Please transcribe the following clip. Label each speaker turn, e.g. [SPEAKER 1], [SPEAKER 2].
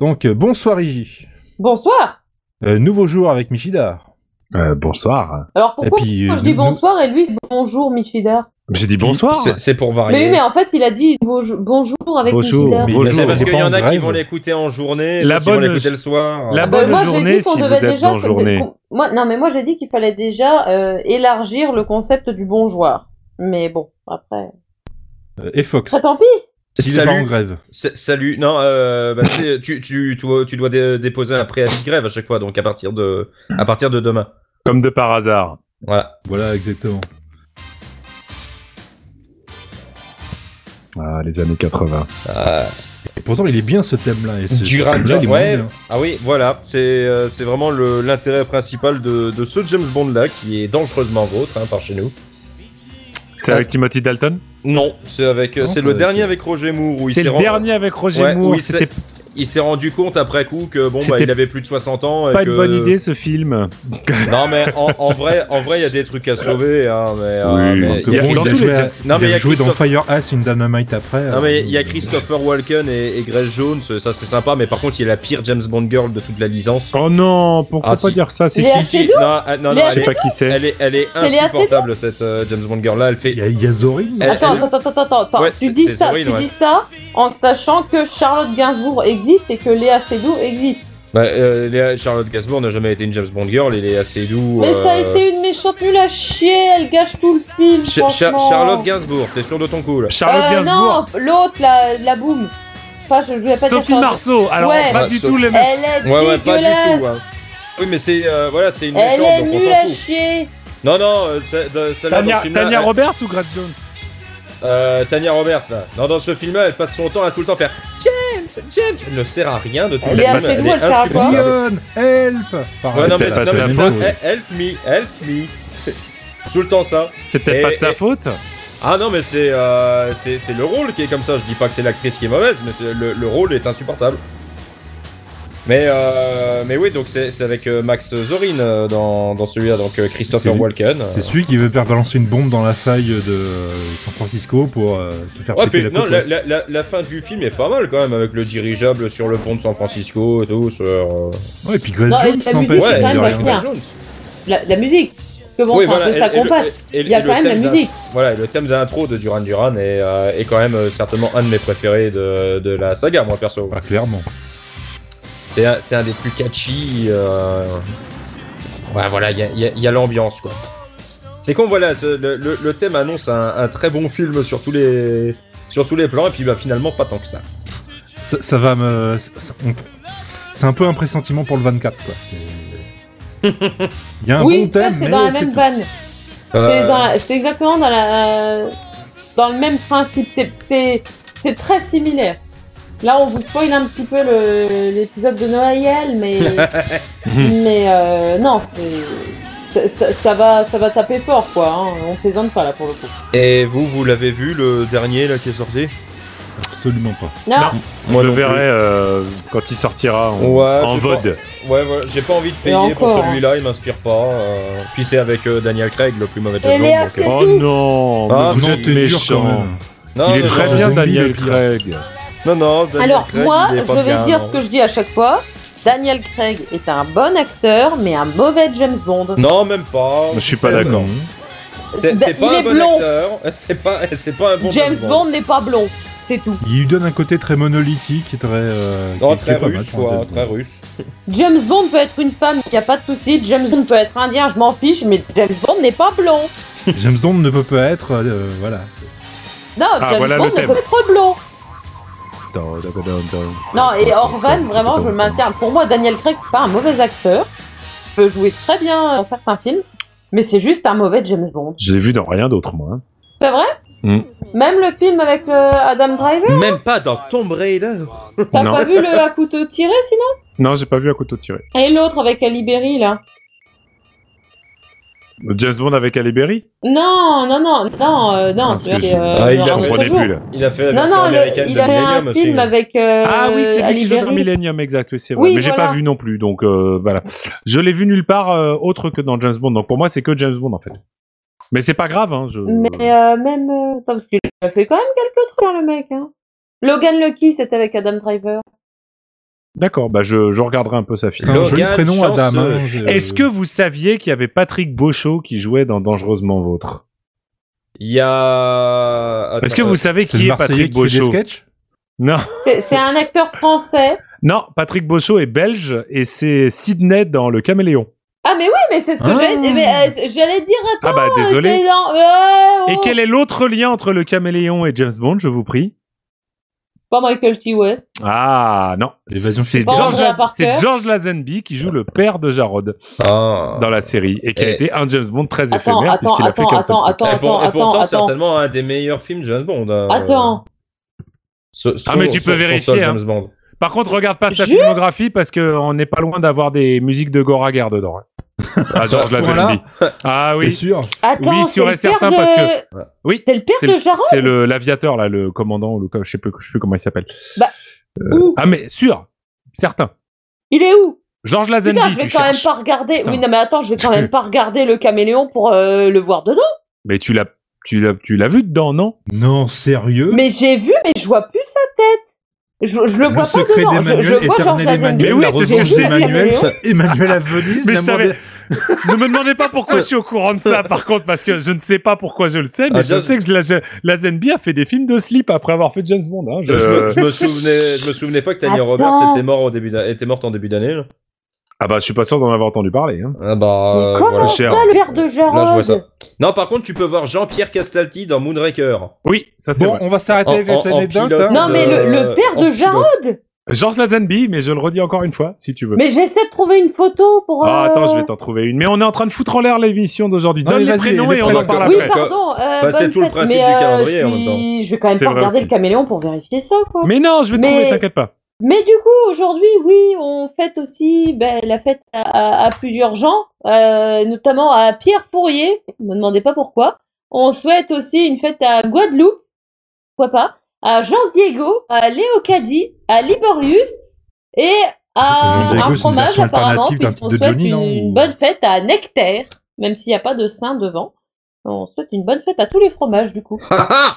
[SPEAKER 1] Donc euh, bonsoir Igi.
[SPEAKER 2] Bonsoir
[SPEAKER 1] Euh, nouveau jour avec Michidar.
[SPEAKER 3] Euh, bonsoir.
[SPEAKER 2] Alors
[SPEAKER 1] Et
[SPEAKER 2] pourquoi
[SPEAKER 1] puis
[SPEAKER 2] moi,
[SPEAKER 1] euh,
[SPEAKER 2] je dis
[SPEAKER 1] nous-
[SPEAKER 2] bonsoir et lui c'est bonjour Michidar
[SPEAKER 3] J'ai dit bonsoir.
[SPEAKER 4] C'est- C'est pour
[SPEAKER 1] Ah,
[SPEAKER 4] varier.
[SPEAKER 2] Mais oui, mais en fait il a dit vos- Oh, bonjour avec
[SPEAKER 3] Bonjour,
[SPEAKER 2] Michidar.
[SPEAKER 1] mais
[SPEAKER 3] bonjour.
[SPEAKER 1] il a-
[SPEAKER 4] C'est parce
[SPEAKER 1] il est
[SPEAKER 4] qu'il y
[SPEAKER 1] pas
[SPEAKER 4] en a qui
[SPEAKER 1] grève.
[SPEAKER 4] vont l'écouter en journée,
[SPEAKER 3] La
[SPEAKER 4] la bonne... qui
[SPEAKER 3] bonne-
[SPEAKER 4] vont l'écouter le soir.
[SPEAKER 3] la
[SPEAKER 4] Euh,
[SPEAKER 3] bonne-
[SPEAKER 2] Bah, moi j'ai
[SPEAKER 3] journée
[SPEAKER 2] dit qu'on
[SPEAKER 3] si
[SPEAKER 2] devait
[SPEAKER 3] vous êtes
[SPEAKER 2] déjà
[SPEAKER 3] en journée.
[SPEAKER 2] qu'on- moi, non mais moi j'ai dit qu'il fallait déjà euh, élargir le concept du bon joueur. Mais bon, après.
[SPEAKER 1] Euh, et Fox.
[SPEAKER 2] Très tant pis.
[SPEAKER 1] S'il est pas en
[SPEAKER 4] Salut,
[SPEAKER 1] grève.
[SPEAKER 4] sa- salut. Non, euh, bah, tu, sais, tu, tu, tu dois- tu dois dé- déposer un préavis de grève à chaque fois, donc à partir de, à partir de demain.
[SPEAKER 3] Comme de par hasard.
[SPEAKER 4] Voilà.
[SPEAKER 1] Voilà exactement.
[SPEAKER 3] Ah, les années 80.
[SPEAKER 4] Euh,
[SPEAKER 1] Et pourtant il est bien ce thème-là. et ce- ce
[SPEAKER 4] Duran,
[SPEAKER 1] thème-là, il est hein.
[SPEAKER 4] ouais.
[SPEAKER 1] bien.
[SPEAKER 4] ah oui, voilà. C'est, euh, c'est vraiment le- l'intérêt principal de, de ce James Bond là, qui est dangereusement vôtre hein, par chez nous.
[SPEAKER 3] C'est
[SPEAKER 4] Ah,
[SPEAKER 3] avec Timothy Dalton
[SPEAKER 4] Non, c'est avec,
[SPEAKER 1] Non,
[SPEAKER 4] c'est
[SPEAKER 1] ça
[SPEAKER 4] le
[SPEAKER 1] va
[SPEAKER 4] dernier
[SPEAKER 1] être-
[SPEAKER 4] avec Roger Moore. où il
[SPEAKER 3] C'est
[SPEAKER 4] s'est
[SPEAKER 3] le
[SPEAKER 4] rend-
[SPEAKER 3] dernier avec Roger
[SPEAKER 4] Ouais,
[SPEAKER 3] Moore.
[SPEAKER 4] oui, c'est-
[SPEAKER 3] C'était
[SPEAKER 4] Il s'est rendu compte après coup que bon, bah,
[SPEAKER 3] C'était
[SPEAKER 4] il avait plus de 60 ans. et
[SPEAKER 3] pas
[SPEAKER 4] que-
[SPEAKER 3] une bonne idée ce film.
[SPEAKER 4] Non mais en, en vrai, en vrai, il y a des trucs à sauver, hein, mais, euh,
[SPEAKER 3] Oui,
[SPEAKER 4] mais
[SPEAKER 1] Donc,
[SPEAKER 3] il y a
[SPEAKER 1] bon,
[SPEAKER 3] dans
[SPEAKER 1] il a
[SPEAKER 3] tous
[SPEAKER 1] joué
[SPEAKER 3] les-
[SPEAKER 1] à-
[SPEAKER 4] Non,
[SPEAKER 1] il
[SPEAKER 4] mais il y
[SPEAKER 1] a
[SPEAKER 4] a
[SPEAKER 1] joué dans
[SPEAKER 4] Christophe-
[SPEAKER 1] Fire Ass une Dynamite après.
[SPEAKER 4] Non, mais il y a
[SPEAKER 1] euh,
[SPEAKER 4] Christopher Walken et, et Grace Jones, ça c'est sympa, mais par contre, il y a la pire James Bond girl de toute la licence.
[SPEAKER 3] Oh non, pourquoi
[SPEAKER 4] Ah,
[SPEAKER 3] pas
[SPEAKER 4] si.
[SPEAKER 3] dire ça C'est
[SPEAKER 2] Les-
[SPEAKER 3] qui
[SPEAKER 2] Léa Seydoux
[SPEAKER 4] Non, ah, non, non,
[SPEAKER 2] Léa
[SPEAKER 3] Je
[SPEAKER 4] elle,
[SPEAKER 3] sais
[SPEAKER 4] est,
[SPEAKER 3] pas qui c'est.
[SPEAKER 4] elle, est, elle est
[SPEAKER 2] C'est Léa Seydoux
[SPEAKER 4] insupportable, cette euh, James Bond girl là. Elle
[SPEAKER 1] Il y
[SPEAKER 4] fait.
[SPEAKER 1] a, il y a Zorin.
[SPEAKER 4] Elle-
[SPEAKER 2] attends,
[SPEAKER 4] elle-
[SPEAKER 2] attends, attends, attends, attends.
[SPEAKER 4] Ouais,
[SPEAKER 2] tu
[SPEAKER 4] c'est-
[SPEAKER 2] dis
[SPEAKER 4] c'est
[SPEAKER 2] ça,
[SPEAKER 4] Zorin,
[SPEAKER 2] tu
[SPEAKER 4] ouais.
[SPEAKER 2] dis ça en sachant que Charlotte Gainsbourg existe et que Léa Seydoux existe.
[SPEAKER 4] Bah, euh, Léa- Charlotte Gainsbourg n'a jamais été une James Bond girl, elle est assez doux.
[SPEAKER 2] Mais
[SPEAKER 4] euh,
[SPEAKER 2] ça a été une méchante nulle à chier, elle gâche tout le film.
[SPEAKER 4] Cha- Cha-
[SPEAKER 2] franchement.
[SPEAKER 4] Charlotte Gainsbourg, t'es sûr de ton coup là
[SPEAKER 3] Charlotte
[SPEAKER 2] Euh,
[SPEAKER 3] Gainsbourg.
[SPEAKER 2] Non, l'autre, la, la boum. Enfin, je, je voulais pas
[SPEAKER 3] Sophie
[SPEAKER 2] dire Charlotte-
[SPEAKER 3] Marceau. Alors,
[SPEAKER 2] Ouais.
[SPEAKER 3] pas
[SPEAKER 4] Ouais,
[SPEAKER 3] du
[SPEAKER 4] Bah, Sophie-
[SPEAKER 3] tout les mêmes.
[SPEAKER 2] Elle est
[SPEAKER 4] Ouais, ouais,
[SPEAKER 2] dégueulasse.
[SPEAKER 4] pas du tout. ouais. Oui, mais c'est. euh, voilà, c'est une
[SPEAKER 2] Elle est
[SPEAKER 4] méchante, donc
[SPEAKER 2] nulle à
[SPEAKER 4] on s'en fout.
[SPEAKER 2] chier.
[SPEAKER 4] Non, non, euh, c'est- de- celle-là dans
[SPEAKER 3] Tania,
[SPEAKER 4] ce film-là,
[SPEAKER 3] Tania
[SPEAKER 4] elle-
[SPEAKER 3] Roberts ou Grace Jones
[SPEAKER 4] Euh, Tania Roberts, là. Non, dans ce film-là, elle passe son temps à tout le temps faire James, James. Elle ne sert à rien de tout
[SPEAKER 2] Elle
[SPEAKER 4] le
[SPEAKER 3] est
[SPEAKER 4] film.
[SPEAKER 3] assez
[SPEAKER 2] drôle, elle sert à quoi
[SPEAKER 4] insupportable.
[SPEAKER 1] Leon, help.
[SPEAKER 4] Ouais, non, mais,
[SPEAKER 3] C'était-
[SPEAKER 4] non, mais
[SPEAKER 3] c'était
[SPEAKER 4] c'est
[SPEAKER 3] la
[SPEAKER 4] ça. Eh, Help me, help me. C'est tout le temps ça.
[SPEAKER 3] C'est peut-être
[SPEAKER 4] Et-
[SPEAKER 3] pas de sa
[SPEAKER 4] et-
[SPEAKER 3] faute.
[SPEAKER 4] Ah non, mais c'est euh, c'est c'est le rôle qui est comme ça. Je dis pas que c'est l'actrice qui est mauvaise, mais c'est- le, le rôle est insupportable. Mais, euh, mais oui, donc c'est c'est avec euh, Max Zorin euh, dans, dans celui-là, donc euh, Christopher
[SPEAKER 1] C'est-
[SPEAKER 4] Walken. euh.
[SPEAKER 1] C'est celui qui veut faire balancer une bombe dans la faille de euh, San Francisco pour euh, tout faire
[SPEAKER 4] Ouais,
[SPEAKER 1] péter
[SPEAKER 4] puis,
[SPEAKER 1] la
[SPEAKER 4] non,
[SPEAKER 1] côte.
[SPEAKER 4] la,
[SPEAKER 1] ouest.
[SPEAKER 4] la- la- la fin du film est pas mal quand même, avec le dirigeable sur le pont de San Francisco et tout. Sur, euh,
[SPEAKER 1] Ouais, et puis Grace
[SPEAKER 2] Non, et
[SPEAKER 1] Jones,
[SPEAKER 2] la
[SPEAKER 1] n'empêche,
[SPEAKER 2] musique,
[SPEAKER 1] mine
[SPEAKER 4] c'est quand
[SPEAKER 1] de
[SPEAKER 4] même
[SPEAKER 1] rien.
[SPEAKER 2] vachement bien. La, la musique. Que bon,
[SPEAKER 4] Oui,
[SPEAKER 2] c'est
[SPEAKER 4] voilà,
[SPEAKER 2] un peu
[SPEAKER 4] et-
[SPEAKER 2] ça
[SPEAKER 4] et
[SPEAKER 2] qu'on
[SPEAKER 4] le-
[SPEAKER 2] passe.
[SPEAKER 4] et- et
[SPEAKER 2] Il y a
[SPEAKER 4] le
[SPEAKER 2] quand même la
[SPEAKER 4] thème d'un-
[SPEAKER 2] musique.
[SPEAKER 4] Voilà, et le thème d'intro de Duran Duran est, euh, est quand même euh, certainement un de mes préférés de, de la saga, moi perso.
[SPEAKER 1] Bah, clairement.
[SPEAKER 4] C'est un, c'est un des plus catchy. euh, Ouais, voilà, il y a, il y a- il y a l'ambiance, quoi. C'est con, voilà, ce- le, le- le thème annonce un, un très bon film sur tous les, sur tous les plans, et puis bah, finalement, pas tant que ça.
[SPEAKER 1] Ça, ça va me. ça- ça- on- C'est un peu un pressentiment pour le 24, quoi. C'est- Il y a un
[SPEAKER 2] oui,
[SPEAKER 1] bon thème,
[SPEAKER 2] ça, c'est
[SPEAKER 1] mais
[SPEAKER 2] dans la
[SPEAKER 1] c'est
[SPEAKER 2] même
[SPEAKER 1] tout.
[SPEAKER 2] vanne. C'est
[SPEAKER 4] Euh,
[SPEAKER 2] dans la- C'est exactement dans la. Dans le même principe. C'est- C'est c'est très similaire. Là, on vous spoil un petit peu le- l'épisode de Noël, mais. mais euh, non, c'est. Ça, ça- ça va, ça va taper fort, quoi. hein. On plaisante pas là pour le coup.
[SPEAKER 4] Et vous, vous l'avez vu, le dernier, là, qui est sorti
[SPEAKER 1] Absolument pas.
[SPEAKER 2] Non,
[SPEAKER 3] Non.
[SPEAKER 4] Moi
[SPEAKER 3] je le
[SPEAKER 4] non plus.
[SPEAKER 3] verrai euh, quand il sortira en,
[SPEAKER 4] Ouais,
[SPEAKER 3] en
[SPEAKER 4] je
[SPEAKER 3] VOD.
[SPEAKER 4] Ouais, voilà, j'ai pas envie de
[SPEAKER 2] Et
[SPEAKER 4] payer
[SPEAKER 2] encore,
[SPEAKER 4] pour celui-là, il m'inspire pas. euh, Puis c'est avec euh, Daniel Craig, le plus mauvais
[SPEAKER 2] Et
[SPEAKER 4] James
[SPEAKER 2] Léa
[SPEAKER 4] Bond, donc, euh,
[SPEAKER 2] Seydoux.
[SPEAKER 3] Oh non,
[SPEAKER 4] Ah,
[SPEAKER 3] mais vous
[SPEAKER 1] non,
[SPEAKER 3] êtes
[SPEAKER 1] t'es dur, quand
[SPEAKER 3] méchant.
[SPEAKER 1] même.
[SPEAKER 4] non,
[SPEAKER 3] Il
[SPEAKER 4] non,
[SPEAKER 3] est très
[SPEAKER 4] non,
[SPEAKER 3] bien,
[SPEAKER 1] Zombie,
[SPEAKER 3] Daniel
[SPEAKER 1] le pire.
[SPEAKER 3] Craig.
[SPEAKER 4] Non, non, Daniel
[SPEAKER 2] Alors
[SPEAKER 4] Craig,
[SPEAKER 2] moi,
[SPEAKER 4] il
[SPEAKER 2] je
[SPEAKER 4] est pas
[SPEAKER 2] vais
[SPEAKER 4] bien,
[SPEAKER 2] dire
[SPEAKER 4] non.
[SPEAKER 2] ce que je dis à chaque fois. Daniel Craig est un bon acteur, mais un mauvais James Bond.
[SPEAKER 4] Non, même pas.
[SPEAKER 3] Je suis pas d'accord.
[SPEAKER 4] C'est
[SPEAKER 2] Bah,
[SPEAKER 4] c'est
[SPEAKER 2] il
[SPEAKER 4] pas
[SPEAKER 2] est
[SPEAKER 4] un bon
[SPEAKER 2] blond.
[SPEAKER 4] acteur. C'est pas, c'est pas un bon
[SPEAKER 2] James Bond n'est pas blond, c'est tout.
[SPEAKER 1] Il lui donne un côté très monolithique et très. euh,
[SPEAKER 4] Non,
[SPEAKER 1] qui
[SPEAKER 3] Oh,
[SPEAKER 1] est- qui
[SPEAKER 4] très
[SPEAKER 1] est pas mal,
[SPEAKER 4] russe,
[SPEAKER 1] je trouve,
[SPEAKER 4] quoi,
[SPEAKER 1] d'être-
[SPEAKER 4] très russe.
[SPEAKER 2] James Bond peut être une femme, il n'y a pas de souci. James Bond peut être indien, je m'en fiche, mais James Bond n'est pas blond.
[SPEAKER 1] James Bond ne peut pas être. euh, voilà.
[SPEAKER 2] Non,
[SPEAKER 3] Ah,
[SPEAKER 2] James
[SPEAKER 3] voilà
[SPEAKER 2] Bond
[SPEAKER 3] le
[SPEAKER 2] ne
[SPEAKER 3] thème.
[SPEAKER 2] peut être blond.
[SPEAKER 3] Dun, dun, dun, dun.
[SPEAKER 2] Non, et Orvan, vraiment, je maintiens. Pour moi, Daniel Craig, c'est pas un mauvais acteur. Il peut jouer très bien dans certains films, mais c'est juste un mauvais James Bond.
[SPEAKER 3] Je l'ai vu dans rien d'autre, moi. hein.
[SPEAKER 2] C'est vrai
[SPEAKER 3] Mm.
[SPEAKER 2] Même le film avec euh, Adam Driver
[SPEAKER 4] Même pas dans Tomb Raider.
[SPEAKER 2] T'as
[SPEAKER 3] Non.
[SPEAKER 2] pas vu le à couteau tiré, sinon
[SPEAKER 3] Non, j'ai pas vu à couteau tiré.
[SPEAKER 2] Et l'autre avec Alibéry, là
[SPEAKER 3] James Bond avec Halle Berry
[SPEAKER 2] Non, non, non, non, euh, non,
[SPEAKER 3] Ah,
[SPEAKER 2] je veux
[SPEAKER 3] parce que
[SPEAKER 2] dire,
[SPEAKER 3] je-
[SPEAKER 2] euh,
[SPEAKER 4] Ah, il
[SPEAKER 2] dans
[SPEAKER 4] a-
[SPEAKER 3] Je
[SPEAKER 4] non,
[SPEAKER 3] comprenais
[SPEAKER 2] quelques
[SPEAKER 3] plus,
[SPEAKER 2] jours.
[SPEAKER 3] là.
[SPEAKER 4] Il a fait la
[SPEAKER 2] Non,
[SPEAKER 4] version
[SPEAKER 2] non, le-
[SPEAKER 4] américaine
[SPEAKER 2] il
[SPEAKER 4] de
[SPEAKER 2] avait un
[SPEAKER 4] Millennium aussi.
[SPEAKER 2] film avec euh,
[SPEAKER 3] ah oui, c'est lui qui joue dans
[SPEAKER 2] Halle Berry.
[SPEAKER 3] Millennium, exact, oui, c'est vrai.
[SPEAKER 2] Oui,
[SPEAKER 3] Mais j'ai
[SPEAKER 2] voilà.
[SPEAKER 3] pas vu non plus, donc euh, voilà. Je l'ai vu nulle part euh, autre que dans James Bond, donc pour moi, c'est que James Bond, en fait. Mais c'est pas grave, hein. Je...
[SPEAKER 2] Mais euh, même... euh, attends, parce qu'il a fait quand même quelques trucs, hein, le mec. Hein. Logan Lucky, c'était avec Adam Driver.
[SPEAKER 3] D'accord, bah je, je regarderai un peu sa fille.
[SPEAKER 1] C'est un
[SPEAKER 4] Logan
[SPEAKER 1] joli prénom,
[SPEAKER 4] chanceux.
[SPEAKER 1] Adam. hein, j'ai-
[SPEAKER 3] Est-ce que vous saviez qu'il y avait Patrick Beauchot qui jouait dans Dangereusement Vôtre
[SPEAKER 4] Il y a.
[SPEAKER 3] Est-ce que
[SPEAKER 4] Attends,
[SPEAKER 3] vous savez
[SPEAKER 1] Euh, c'est
[SPEAKER 3] qui
[SPEAKER 1] le
[SPEAKER 3] est
[SPEAKER 1] Marseillais
[SPEAKER 3] Patrick
[SPEAKER 1] qui fait des
[SPEAKER 3] Beauchot
[SPEAKER 1] sketchs
[SPEAKER 3] Non,
[SPEAKER 2] C'est c'est un acteur français.
[SPEAKER 3] non, Patrick Beauchot est belge et c'est Sydney dans Le Caméléon.
[SPEAKER 2] Ah, mais oui, mais c'est ce que
[SPEAKER 1] Ah.
[SPEAKER 2] j'allais mais, euh, j'allais dire.
[SPEAKER 3] Ah bah
[SPEAKER 2] euh,
[SPEAKER 3] désolé.
[SPEAKER 2] c'est dans- ouais, ouais,
[SPEAKER 3] Et
[SPEAKER 2] ouais.
[SPEAKER 3] quel est l'autre lien entre Le Caméléon et James Bond, je vous prie
[SPEAKER 2] Pas Michael T. West.
[SPEAKER 3] Ah non,
[SPEAKER 1] L'évasion
[SPEAKER 3] c'est
[SPEAKER 1] fiscale.
[SPEAKER 3] George,
[SPEAKER 2] Andrea
[SPEAKER 3] Laz-
[SPEAKER 2] Parker.
[SPEAKER 3] c'est George Lazenby qui joue le père de Jarod
[SPEAKER 4] Ah.
[SPEAKER 3] dans la série et qui a
[SPEAKER 4] Et-
[SPEAKER 3] été un James Bond très
[SPEAKER 2] Attends,
[SPEAKER 3] éphémère
[SPEAKER 2] attends,
[SPEAKER 3] puisqu'il a fait
[SPEAKER 2] attends,
[SPEAKER 3] qu'un seul
[SPEAKER 2] attends, attends,
[SPEAKER 3] truc.
[SPEAKER 4] et, pour- et
[SPEAKER 2] attends,
[SPEAKER 4] pourtant,
[SPEAKER 2] attends.
[SPEAKER 4] certainement un des meilleurs films James Bond. euh,
[SPEAKER 2] Attends.
[SPEAKER 4] ce-
[SPEAKER 3] Ah,
[SPEAKER 4] son-
[SPEAKER 3] mais tu peux
[SPEAKER 4] son- son seul
[SPEAKER 3] vérifier, hein.
[SPEAKER 4] James Bond.
[SPEAKER 3] Par contre, regarde pas sa
[SPEAKER 2] Jure
[SPEAKER 3] filmographie parce qu'on n'est pas loin d'avoir des musiques de Goraguer dedans. hein. Ah, George
[SPEAKER 4] À ce
[SPEAKER 3] Lazenby. Ah
[SPEAKER 1] T'es
[SPEAKER 3] oui,
[SPEAKER 1] sûr
[SPEAKER 2] Attends,
[SPEAKER 3] Oui,
[SPEAKER 2] c'est
[SPEAKER 3] sûr
[SPEAKER 2] le
[SPEAKER 3] et
[SPEAKER 2] père
[SPEAKER 3] certain,
[SPEAKER 2] de...
[SPEAKER 3] parce Oui,
[SPEAKER 2] C'est le père
[SPEAKER 3] c'est
[SPEAKER 2] de
[SPEAKER 3] le-
[SPEAKER 2] Jarod
[SPEAKER 3] c'est le l'aviateur là, le commandant, le, je sais plus, je sais plus comment il s'appelle.
[SPEAKER 2] Bah,
[SPEAKER 3] Euh,
[SPEAKER 2] où
[SPEAKER 3] ah mais sûr, certain.
[SPEAKER 2] Il est où
[SPEAKER 3] Georges Lazenby.
[SPEAKER 2] Putain, je vais
[SPEAKER 3] tu
[SPEAKER 2] quand même
[SPEAKER 3] cherches.
[SPEAKER 2] pas regarder.
[SPEAKER 3] Putain.
[SPEAKER 2] Oui, non, mais attends, je vais quand même pas regarder le caméléon pour euh, le voir dedans.
[SPEAKER 3] Mais tu l'as, tu l'as, tu l'as vu dedans, non
[SPEAKER 1] Non, sérieux
[SPEAKER 2] Mais j'ai vu, mais je vois plus sa tête. Je, je le vois pas
[SPEAKER 1] secret
[SPEAKER 2] dedans. Je,
[SPEAKER 1] d'Emmanuel,
[SPEAKER 2] je vois Georges
[SPEAKER 1] éternel
[SPEAKER 2] Lazenby.
[SPEAKER 1] Emmanuel,
[SPEAKER 3] Mais oui,
[SPEAKER 1] la
[SPEAKER 3] c'est ce que
[SPEAKER 1] revanche
[SPEAKER 3] je t'ai dit.
[SPEAKER 1] d'Emmanuel,
[SPEAKER 2] Caméléon.
[SPEAKER 1] Emmanuel à Venise,
[SPEAKER 3] Mais je
[SPEAKER 1] l'amour des-
[SPEAKER 3] savais- ne me demandez pas pourquoi je suis au courant de ça, par contre, parce que je ne sais pas pourquoi je le sais, mais
[SPEAKER 4] Ah,
[SPEAKER 3] je
[SPEAKER 4] James-
[SPEAKER 3] sais que la, Lazenby a fait des films de slip après avoir fait James Bond. hein, je-
[SPEAKER 4] Je, me- je me souvenais, je me souvenais pas que Tanya
[SPEAKER 2] Attends.
[SPEAKER 4] Roberts était, mort au début d'a- était morte en début d'année. là.
[SPEAKER 3] Ah bah, je suis pas sûr d'en avoir entendu parler. hein.
[SPEAKER 4] Ah bah.
[SPEAKER 2] Mais
[SPEAKER 4] euh,
[SPEAKER 2] comment
[SPEAKER 4] voilà.
[SPEAKER 3] cher.
[SPEAKER 2] ça, le père de Jarod
[SPEAKER 4] Là, je vois ça. Non, par contre, tu peux voir Jean-Pierre Castaldi dans Moonraker.
[SPEAKER 3] Oui, ça c'est
[SPEAKER 1] Bon,
[SPEAKER 3] vrai.
[SPEAKER 1] on va s'arrêter
[SPEAKER 4] En-
[SPEAKER 1] avec
[SPEAKER 4] en-
[SPEAKER 1] les
[SPEAKER 4] en
[SPEAKER 1] anecdotes.
[SPEAKER 4] pilote.
[SPEAKER 1] hein.
[SPEAKER 2] Non, mais le, le
[SPEAKER 4] Euh,
[SPEAKER 2] père
[SPEAKER 4] en
[SPEAKER 2] de
[SPEAKER 4] pilote.
[SPEAKER 2] Jarod
[SPEAKER 3] Georges Lazenby, mais je le redis encore une fois, si tu veux.
[SPEAKER 2] Mais j'essaie de trouver une photo pour.
[SPEAKER 3] Ah,
[SPEAKER 2] euh,
[SPEAKER 3] attends, je vais t'en trouver une. Mais on est en train de foutre en l'air l'émission d'aujourd'hui.
[SPEAKER 1] Non,
[SPEAKER 3] Donne
[SPEAKER 1] mais
[SPEAKER 3] les
[SPEAKER 1] vas-y,
[SPEAKER 3] prénoms
[SPEAKER 1] les
[SPEAKER 3] et on en
[SPEAKER 1] prénoms.
[SPEAKER 3] parle
[SPEAKER 2] Oui,
[SPEAKER 3] après.
[SPEAKER 2] pardon. euh,
[SPEAKER 4] Enfin, c'est
[SPEAKER 2] bonne
[SPEAKER 4] tout le
[SPEAKER 2] fête,
[SPEAKER 4] principe
[SPEAKER 2] mais,
[SPEAKER 4] du
[SPEAKER 2] euh,
[SPEAKER 4] calendrier,
[SPEAKER 2] je
[SPEAKER 4] en même
[SPEAKER 2] suis- Je vais quand même
[SPEAKER 3] C'est
[SPEAKER 2] pas
[SPEAKER 3] vrai
[SPEAKER 2] regarder
[SPEAKER 3] aussi.
[SPEAKER 2] le caméléon pour vérifier ça, quoi. Mais,
[SPEAKER 3] Mais non, je vais
[SPEAKER 2] Mais-
[SPEAKER 3] trouver, t'inquiète pas.
[SPEAKER 2] du coup, aujourd'hui, oui, on fête aussi ben, la fête à, à- à plusieurs gens, euh, notamment à Pierre Fourier. Ne me demandez pas pourquoi. On souhaite aussi une fête à Guadeloupe, pourquoi pas, à Jean Diego, à Léo Caddy, à Liborius et à
[SPEAKER 1] Jean Diego, c'est
[SPEAKER 2] un
[SPEAKER 1] une
[SPEAKER 2] fromage
[SPEAKER 1] version
[SPEAKER 2] apparemment,
[SPEAKER 1] alternative d'un
[SPEAKER 2] puisqu'on
[SPEAKER 1] type de
[SPEAKER 2] souhaite
[SPEAKER 1] Johnny,
[SPEAKER 2] une,
[SPEAKER 1] non Ou-
[SPEAKER 2] bonne fête à Nectar, même s'il n'y a pas de sein devant. On souhaite une bonne fête à tous les fromages, du coup.
[SPEAKER 4] Ah, ah